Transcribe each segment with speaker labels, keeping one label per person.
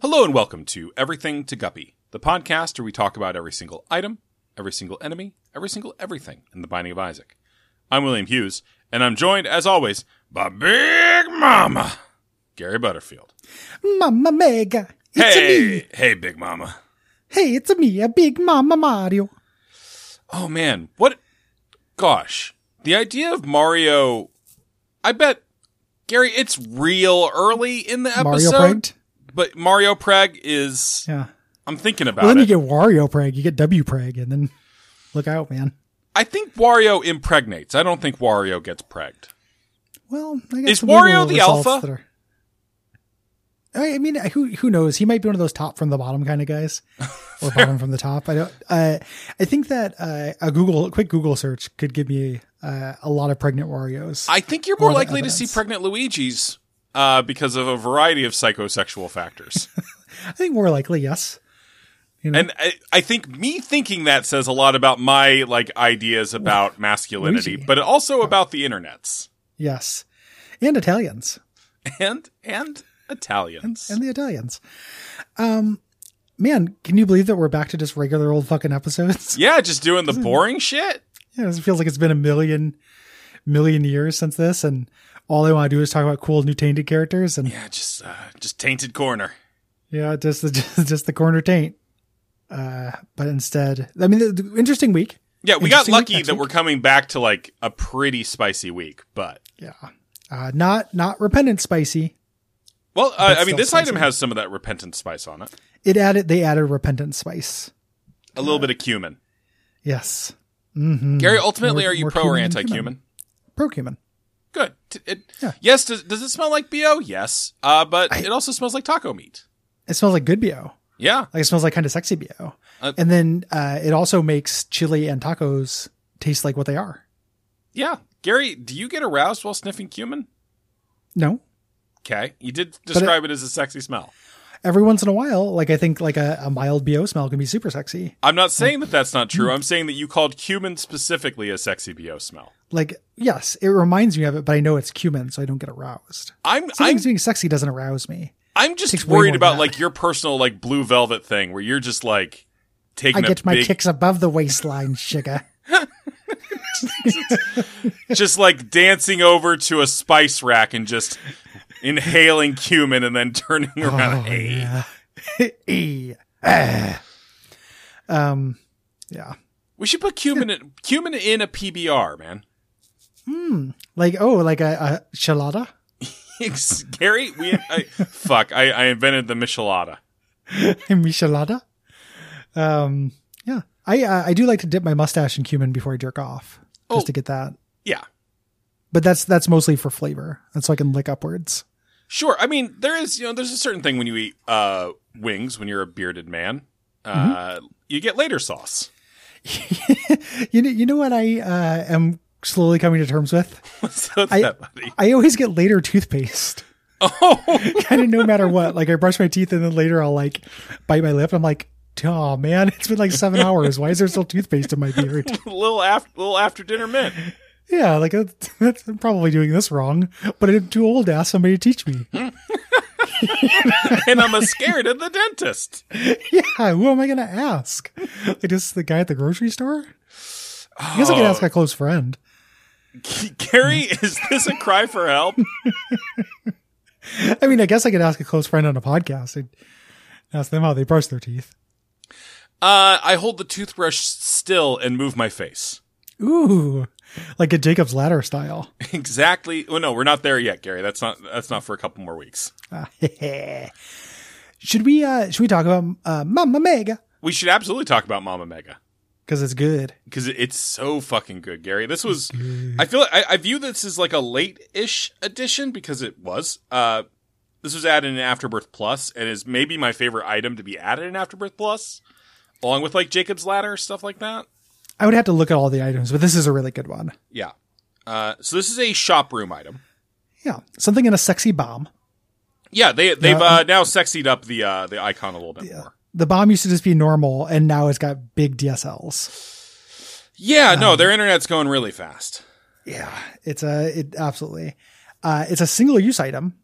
Speaker 1: Hello and welcome to Everything to Guppy, the podcast where we talk about every single item, every single enemy, every single everything in the Binding of Isaac. I'm William Hughes, and I'm joined, as always, by Big Mama, Gary Butterfield.
Speaker 2: Mamma Mega. It's a me.
Speaker 1: Hey, hey, Big Mama.
Speaker 2: Hey, it's a me, a big Mamma Mario.
Speaker 1: Oh man, what? Gosh, the idea of Mario. I bet, Gary, it's real early in the
Speaker 2: Mario
Speaker 1: episode.
Speaker 2: pranked.
Speaker 1: But Mario Preg is.
Speaker 2: Yeah.
Speaker 1: I'm thinking about
Speaker 2: Well, then
Speaker 1: it.
Speaker 2: you get Wario preg, you get W preg, and then look out, man.
Speaker 1: I think Wario impregnates. I don't think Wario gets pregged.
Speaker 2: Well, I guess
Speaker 1: Is Wario the alpha?
Speaker 2: That are... I I mean, who who knows? He might be one of those top from the bottom kind of guys, or bottom from the top. I don't. Uh, I think that uh, a Google a quick Google search could give me uh, a lot of pregnant Wario's.
Speaker 1: I think you're more
Speaker 2: Or the
Speaker 1: likely to see
Speaker 2: evidence.
Speaker 1: pregnant Luigi's uh, because of a variety of psychosexual factors.
Speaker 2: I think more likely yes. You know,
Speaker 1: and I, I think me thinking that says a lot about my like ideas about masculinity,
Speaker 2: Luigi.
Speaker 1: but also about the internets
Speaker 2: yes, and Italians.
Speaker 1: and and Italians.
Speaker 2: and the Italians. Um, man, can you believe that we're back to just regular old fucking episodes?
Speaker 1: yeah, just doing
Speaker 2: Mm.
Speaker 1: the boring shit.
Speaker 2: Yeah, it feels like it's been a million, million years since this, and all I want to do is talk about cool new tainted characters, and yeah,
Speaker 1: Yeah, just uh, just tainted corner.
Speaker 2: just the just, just the corner taint. Uh, but instead, I mean, the, the interesting week.
Speaker 1: Yeah, we got
Speaker 2: Interesting week
Speaker 1: lucky
Speaker 2: next
Speaker 1: that
Speaker 2: week.
Speaker 1: we're coming back to like a pretty spicy week, but
Speaker 2: Yeah, uh, not not repentant spicy.
Speaker 1: well, uh,
Speaker 2: But
Speaker 1: I mean,
Speaker 2: still
Speaker 1: this item
Speaker 2: spicy.
Speaker 1: has some of that repentant spice on it,
Speaker 2: It added they added repentant spice.
Speaker 1: a little bit of cumin.
Speaker 2: Yes. Mm-hmm.
Speaker 1: Gary, ultimately,
Speaker 2: Mm. More-
Speaker 1: are you
Speaker 2: more
Speaker 1: pro or
Speaker 2: cumin than
Speaker 1: anti cumin?
Speaker 2: cumin. Procumen.
Speaker 1: Good. T- it-
Speaker 2: Yeah.
Speaker 1: Yes. Does, does it smell like bo? Yes. Uh, but it also smells like taco meat.
Speaker 2: It smells like good bio.
Speaker 1: Yeah.
Speaker 2: Like it smells like kind of sexy bio.
Speaker 1: Uh,
Speaker 2: and then uh, it also makes chili and tacos taste like what they are.
Speaker 1: Yeah. Gary, do you get aroused while sniffing cumin?
Speaker 2: No,
Speaker 1: Okay. You did describe it as a sexy smell.
Speaker 2: every once in a while, like I think like a, a mild bo smell can be super sexy.
Speaker 1: I'm not saying that that's not
Speaker 2: Mm.
Speaker 1: true. I'm saying that you called cumin specifically a sexy bo smell.
Speaker 2: Like yes, it reminds me of it, but I know it's cumin, so I don't get aroused.
Speaker 1: I'm I'm
Speaker 2: Something's being sexy doesn't arouse me.
Speaker 1: I'm just
Speaker 2: takes way more
Speaker 1: worried
Speaker 2: than
Speaker 1: about
Speaker 2: that.
Speaker 1: like your personal like blue velvet thing where you're just like
Speaker 2: I
Speaker 1: taking a
Speaker 2: get my
Speaker 1: big,
Speaker 2: kicks above the waistline, sugar.
Speaker 1: just like dancing over to a spice rack and just inhaling cumin and then turning around. Hey.
Speaker 2: Oh, yeah. Eh. Ah. um, yeah.
Speaker 1: We should put cumin in, cumin in a PBR, man.
Speaker 2: Like oh, like a, a shalada.
Speaker 1: It's Gary, we I, fuck. I, I invented the michelada.
Speaker 2: Michelada. Um, yeah, I uh, I do like to dip my mustache in cumin before I jerk off, just
Speaker 1: Oh.
Speaker 2: to get that.
Speaker 1: Yeah,
Speaker 2: But that's that's mostly for flavor, and so I can lick upwards.
Speaker 1: sure. I mean, there is you know, there's a certain thing when you eat uh, wings when you're a bearded man. Uh,
Speaker 2: Mm-hmm.
Speaker 1: You get later sauce.
Speaker 2: You know, you know what I uh, am slowly coming to terms with.
Speaker 1: What's up with
Speaker 2: I-
Speaker 1: that, buddy?
Speaker 2: I always get later toothpaste.
Speaker 1: Oh,
Speaker 2: kind of no matter what. Like I brush my teeth and then later I'll like bite my lip. I'm like, oh man, it's been like seven hours. Why is there still toothpaste in my beard?
Speaker 1: little after little after dinner mint.
Speaker 2: Yeah, like that's, that's, I'm probably doing this wrong, but I'm too old to ask somebody to teach me.
Speaker 1: and I'm a scared of the dentist.
Speaker 2: Yeah, who am I gonna ask? Like just the guy at the grocery store? I guess I could ask my close friend.
Speaker 1: Gary, is this a cry for help?
Speaker 2: I mean, I guess I could ask a close friend on a podcast and ask them how they brush their teeth.
Speaker 1: Uh, I hold the toothbrush still and move my face.
Speaker 2: Ooh, like a Jacob's Ladder style.
Speaker 1: Exactly. Oh no, we're not there yet, Gary. That's not that's not for a couple more weeks.
Speaker 2: Ah, should we? uh Should we talk about uh, Mamma Mega?
Speaker 1: We should absolutely talk about Mama Mega
Speaker 2: Because it's good.
Speaker 1: because it's so fucking good, Gary. This was I feel I, I view this as like a late-ish edition because it was. Uh, this was added in Afterbirth Plus and is maybe my favorite item to be added in Afterbirth Plus, along with like Jacob's Ladder stuff like that.
Speaker 2: I would have to look at all the items, but this is a really good one.
Speaker 1: Yeah. Uh, so this is a shop room item.
Speaker 2: Yeah, something in a sexy bomb.
Speaker 1: Yeah, they they've
Speaker 2: Yeah.
Speaker 1: uh, now sexied up the uh, the icon a little bit more.
Speaker 2: The bomb used to just be normal, and now it's got big DSLs.
Speaker 1: Yeah, no,
Speaker 2: Um,
Speaker 1: their internet's going really fast.
Speaker 2: Yeah, it's a it absolutely. Uh, it's a single use item,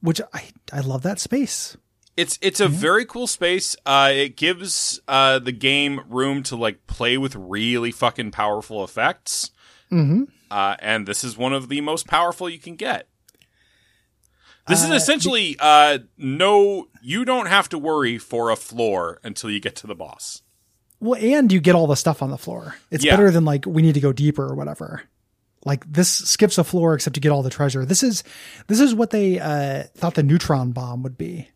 Speaker 2: which I I love that space.
Speaker 1: It's it's a very cool space. Uh, it gives uh, the game room to like play with really fucking powerful effects,
Speaker 2: Mm-hmm.
Speaker 1: uh, and this is one of the most powerful you can get. This is
Speaker 2: Uh,
Speaker 1: essentially uh, no. You don't have to worry for a floor until you get to the boss.
Speaker 2: Well, and you get all the stuff on the floor. It's
Speaker 1: Yeah.
Speaker 2: better than like we need to go deeper or whatever. Like this skips a floor except you get all the treasure. This is this is what they uh, thought the neutron bomb would be.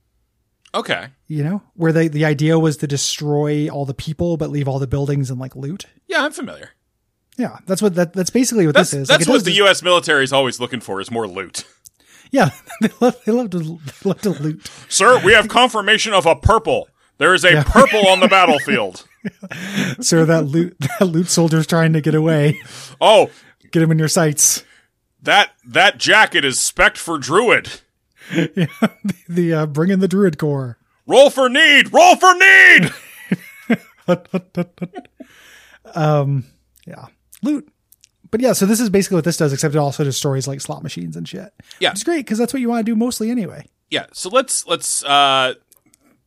Speaker 1: Okay.
Speaker 2: You know, where they the idea was to destroy all the people but leave all the buildings and like loot.
Speaker 1: Yeah, I'm familiar.
Speaker 2: Yeah, that's what that, that's basically what
Speaker 1: That's
Speaker 2: this is.
Speaker 1: that's
Speaker 2: Like, it
Speaker 1: what
Speaker 2: does
Speaker 1: the
Speaker 2: this-
Speaker 1: U.S. military is always looking for is more loot.
Speaker 2: yeah they love they love to they love to loot.
Speaker 1: Sir, we have confirmation of a purple. There is a purple on the battlefield.
Speaker 2: Sir, that loot that loot soldier's trying to get away.
Speaker 1: Oh,
Speaker 2: Get him in your sights.
Speaker 1: that that jacket is spec'd for druid.
Speaker 2: The uh, bring in the druid core.
Speaker 1: Roll for need. Roll for need.
Speaker 2: yeah, loot. But yeah, so this is basically what this does, except it also destroys like slot machines and shit.
Speaker 1: Yeah.
Speaker 2: it's great because that's what you want to do mostly anyway.
Speaker 1: yeah. So let's let's uh,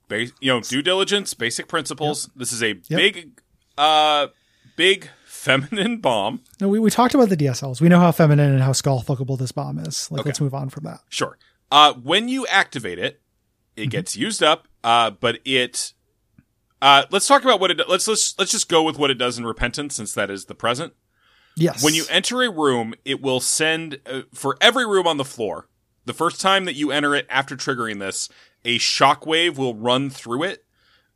Speaker 1: ba- you know, due diligence, basic principles. This is a big, uh, big feminine bomb.
Speaker 2: No, we, we talked about the DSLs. We know how feminine and how skull fuckable this bomb is. Like, let's move on from that.
Speaker 1: Sure. Mm-hmm. Uh, when you activate it, it gets used up. Uh, but it. Uh, let's talk about what it. Let's let's let's just go with what it does in repentance, since that is the present.
Speaker 2: Yes.
Speaker 1: When you enter a room, it will send uh, for every room on the floor. The first time that you enter it after triggering this, a shockwave will run through it,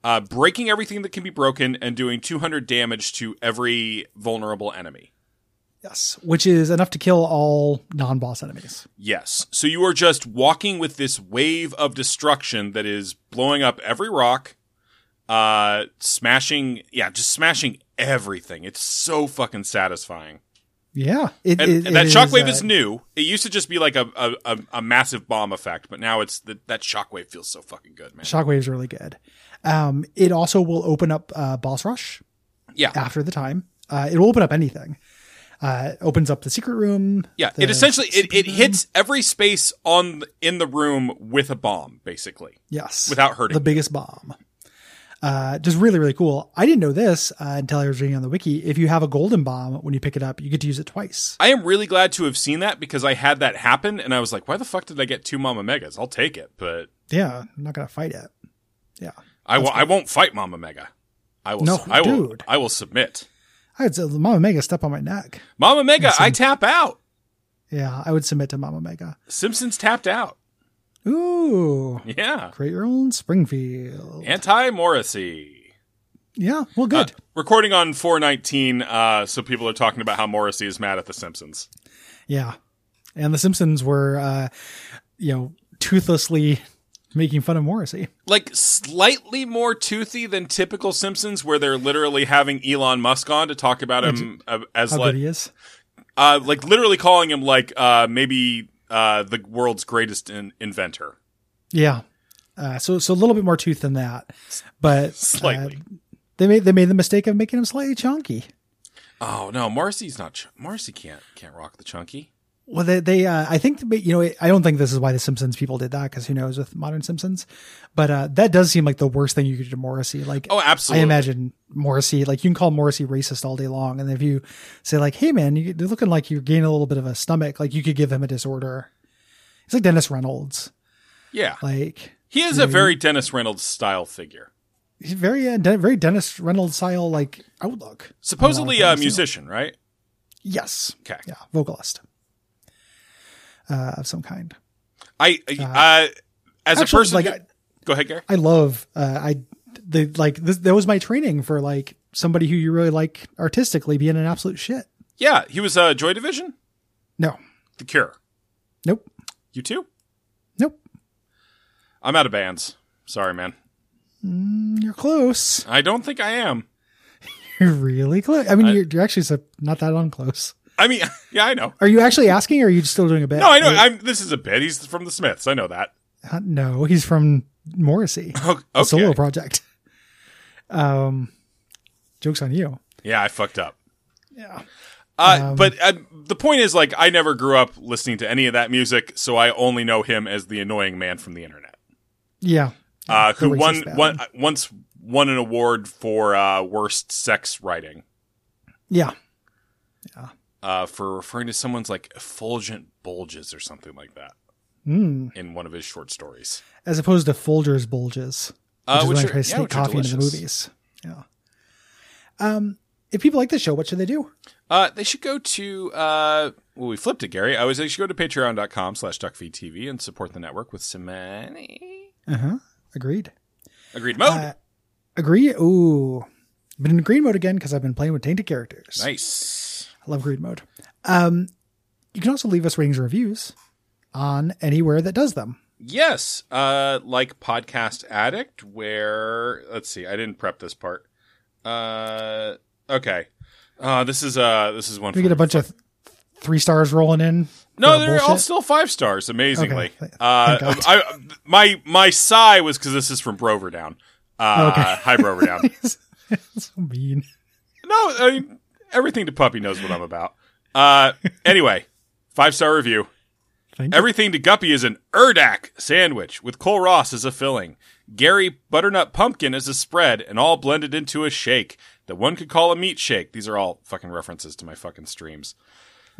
Speaker 1: uh, breaking everything that can be broken and doing 200 damage to every vulnerable enemy.
Speaker 2: yes, which is enough to kill all non-boss enemies.
Speaker 1: Yes. So you are just walking with this wave of destruction that is blowing up every rock, uh, smashing, yeah, just smashing everything. It's so fucking satisfying.
Speaker 2: Yeah, it,
Speaker 1: And,
Speaker 2: it-
Speaker 1: and that
Speaker 2: it
Speaker 1: shockwave
Speaker 2: uh,
Speaker 1: is, new. It used to just be like a, a, a, a massive bomb effect, but now it's the, that shockwave feels so fucking good, man.
Speaker 2: shockwave's really good. Um, it also will open up uh, boss rush.
Speaker 1: Yeah.
Speaker 2: after the time, uh, it will open up anything. Uh, it opens up the secret room.
Speaker 1: yeah,
Speaker 2: the
Speaker 1: it essentially it, it hits every space on in the room with a bomb, basically,
Speaker 2: yes
Speaker 1: without hurting.
Speaker 2: the biggest bomb. Uh, just really, really cool. I didn't know this uh, until I was reading on the wiki. If you have a golden bomb when you pick it up, you get to use it twice.
Speaker 1: I am really glad to have seen that because I had that happen, and I was like, "Why the fuck did I get two Mama Megas? I'll take it, but
Speaker 2: Yeah, I'm not gonna fight it. Yeah,
Speaker 1: I will. I won't fight Mama Mega. I will.
Speaker 2: No,
Speaker 1: I will.
Speaker 2: dude.
Speaker 1: I will submit.
Speaker 2: I would say Mama Mega step on my neck.
Speaker 1: Mama Mega. I tap out.
Speaker 2: Yeah, I would submit to Mama Mega.
Speaker 1: Simpsons tapped out.
Speaker 2: Ooh,
Speaker 1: Yeah.
Speaker 2: create your own Springfield.
Speaker 1: Anti Morrissey.
Speaker 2: yeah, well, good.
Speaker 1: Recording on 419, uh, so people are talking about how Morrissey is mad at The Simpsons.
Speaker 2: yeah, and the Simpsons were, uh, you know, toothlessly making fun of Morrissey.
Speaker 1: Like, slightly more toothy than typical Simpsons, where they're literally having Elon Musk on to talk about him uh, as
Speaker 2: How good
Speaker 1: like,
Speaker 2: he is.
Speaker 1: uh, like literally calling him like uh, maybe uh, the world's greatest in- inventor.
Speaker 2: Yeah. Uh, so so a little bit more tooth than that, but uh,
Speaker 1: Slightly.
Speaker 2: they made they made the mistake of making him slightly chunky.
Speaker 1: Oh no, Morrissey's not. Ch- Morrissey can't can't rock the chunky.
Speaker 2: Well, they they uh, I think you know I don't think this is why the Simpsons people did that because who knows with modern Simpsons, but uh, that does seem like the worst thing you could do to Morrissey. Like
Speaker 1: Oh,
Speaker 2: I
Speaker 1: absolutely.
Speaker 2: imagine Morrissey like you can call Morrissey racist all day long, and if you say like Hey man, you, you're looking like you're gaining a little bit of a stomach, like you could give him a disorder. It's like Dennis Reynolds,
Speaker 1: Yeah,
Speaker 2: like
Speaker 1: he is a very Dennis Reynolds style figure.
Speaker 2: he's very uh, De- very Dennis Reynolds style like outlook.
Speaker 1: Supposedly
Speaker 2: I
Speaker 1: a
Speaker 2: wanna see him.
Speaker 1: musician, right?
Speaker 2: Yes.
Speaker 1: Okay.
Speaker 2: Yeah, vocalist uh, of some kind.
Speaker 1: I uh, as
Speaker 2: actually,
Speaker 1: a person,
Speaker 2: like,
Speaker 1: who-
Speaker 2: I-
Speaker 1: go ahead, Gary.
Speaker 2: I love uh, I the like this, that was my training for like somebody who you really like artistically being an absolute shit.
Speaker 1: Yeah, he was uh, Joy Division,
Speaker 2: No,
Speaker 1: The Cure.
Speaker 2: nope,
Speaker 1: You too.
Speaker 2: nope.
Speaker 1: I'm out of bands. Sorry, man.
Speaker 2: Mm, You're close.
Speaker 1: I don't think I am.
Speaker 2: You're really close. I mean, you're, you're actually so not that on close.
Speaker 1: I mean, yeah, I know.
Speaker 2: Are you actually asking, or are you just still doing a bit?
Speaker 1: No, I know. I'm. This is a bit. He's from the Smiths. I know that.
Speaker 2: Uh, no, he's from Morrissey,
Speaker 1: O-
Speaker 2: Oh, a
Speaker 1: Okay.
Speaker 2: solo project. Um, jokes on you.
Speaker 1: Yeah, I fucked up.
Speaker 2: Yeah.
Speaker 1: Uh,
Speaker 2: Um,
Speaker 1: but uh, the point is, like, I never grew up listening to any of that music, so I only know him as the annoying man from the internet.
Speaker 2: Yeah.
Speaker 1: uh, who
Speaker 2: The racist
Speaker 1: won,
Speaker 2: ballad.
Speaker 1: won once won an award for uh, worst sex writing
Speaker 2: Yeah.
Speaker 1: uh, for referring to someone's like effulgent bulges or something like that
Speaker 2: Mm.
Speaker 1: in one of his short stories.
Speaker 2: As opposed to Folger's bulges, which
Speaker 1: Uh,
Speaker 2: is when I
Speaker 1: are-
Speaker 2: try to
Speaker 1: yeah,
Speaker 2: sneak
Speaker 1: which are
Speaker 2: coffee into the
Speaker 1: delicious.
Speaker 2: movies. Yeah. Um, if people like this show, what should they do?
Speaker 1: Uh, they should go to uh, well, we flipped it, Gary. I was they should go to patreon.com slash duckfeedtv and support the network with some money.
Speaker 2: Uh huh. Agreed.
Speaker 1: Agreed mode.
Speaker 2: Uh, agree. Ooh. Been in green mode again because I've been playing with tainted characters.
Speaker 1: nice.
Speaker 2: I love green mode. Um, you can also leave us ratings and reviews on anywhere that does them.
Speaker 1: Yes, uh, like Podcast Addict, where let's see, I didn't prep this part. Uh, okay, uh, this is uh, this is one.
Speaker 2: We
Speaker 1: from-
Speaker 2: get a bunch of th- three stars rolling in.
Speaker 1: no,
Speaker 2: for
Speaker 1: they're all
Speaker 2: bullshit.
Speaker 1: still five stars. Amazingly,
Speaker 2: Okay, th-
Speaker 1: uh,
Speaker 2: thank God.
Speaker 1: I my my sigh was because this is from Broverdown. Uh,
Speaker 2: Okay.
Speaker 1: Hi, Broverdown.
Speaker 2: so mean.
Speaker 1: no, I mean, everything to puppy knows what I'm about. Uh, anyway, five star review.
Speaker 2: Thank you.
Speaker 1: Everything to Guppy is an Erdak sandwich with Cole Ross as a filling, Gary butternut pumpkin as a spread, and all blended into a shake that one could call a meat shake. These are all fucking references to my fucking streams.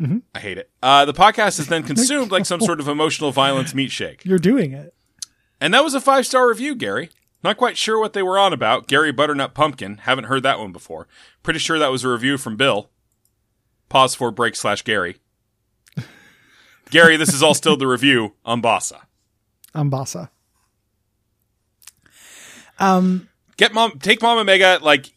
Speaker 2: Mm-hmm.
Speaker 1: I hate it. Uh, the podcast is then consumed like some sort of emotional violence meat shake.
Speaker 2: You're doing it.
Speaker 1: And that was a five star review, Gary. Not quite sure what they were on about. Gary Butternut Pumpkin. Haven't heard that one before. Pretty sure that was a review from Bill. Pause for break slash Gary. Gary, this is all still the review on Bossa.
Speaker 2: Ambassa. Um,
Speaker 1: get mom take mama mega like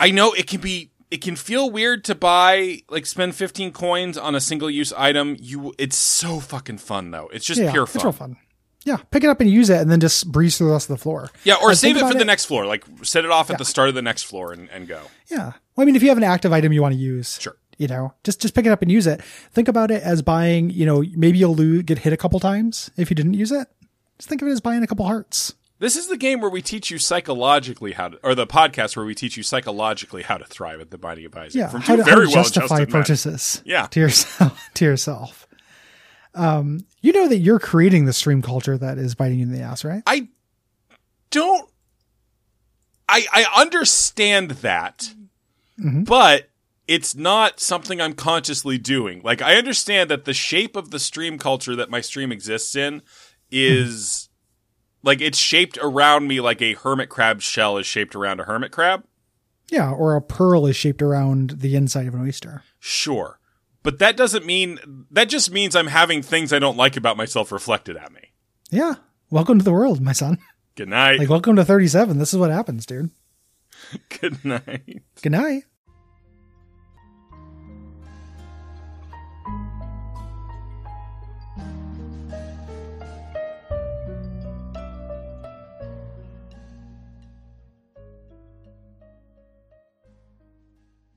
Speaker 1: i know it can be it can feel weird to buy like spend 15 coins on a single use item you it's so fucking fun though it's just
Speaker 2: yeah,
Speaker 1: pure
Speaker 2: it's
Speaker 1: fun.
Speaker 2: real fun. Yeah, pick it up and use it, and then just breeze through the rest of the floor.
Speaker 1: yeah or
Speaker 2: Like,
Speaker 1: save
Speaker 2: think
Speaker 1: it for
Speaker 2: about
Speaker 1: the next floor like set it off at the start of the next floor and, and go
Speaker 2: Yeah. Well, I mean, if you have an active item you want to use,
Speaker 1: Sure.
Speaker 2: You know, just just pick it up and use it. Think about it as buying. You know, maybe you'll lose, get hit a couple times if you didn't use it. Just think of it as buying a couple hearts.
Speaker 1: this is the game where we teach you psychologically how to or the podcast where we teach you psychologically how to thrive at the binding of isaac
Speaker 2: Yeah,
Speaker 1: from
Speaker 2: how
Speaker 1: two
Speaker 2: to, how
Speaker 1: very
Speaker 2: to
Speaker 1: well
Speaker 2: justify
Speaker 1: adjusted men.
Speaker 2: purchases.
Speaker 1: Yeah.
Speaker 2: to yourself. To yourself. Um, you know that you're creating the stream culture that is biting you in the ass, right?
Speaker 1: I don't. I I understand that,
Speaker 2: Mm-hmm.
Speaker 1: but it's not something I'm consciously doing. Like I understand that the shape of the stream culture that my stream exists in is
Speaker 2: Mm-hmm.
Speaker 1: like it's shaped around me like a hermit crab shell is shaped around a hermit crab.
Speaker 2: Yeah. Or a pearl is shaped around the inside of an oyster.
Speaker 1: Sure. But that doesn't mean that just means I'm having things I don't like about myself reflected at me.
Speaker 2: Yeah. Welcome to the world, my son.
Speaker 1: Good night.
Speaker 2: Like, welcome to 37. This is what happens, dude.
Speaker 1: Good night.
Speaker 2: Good night.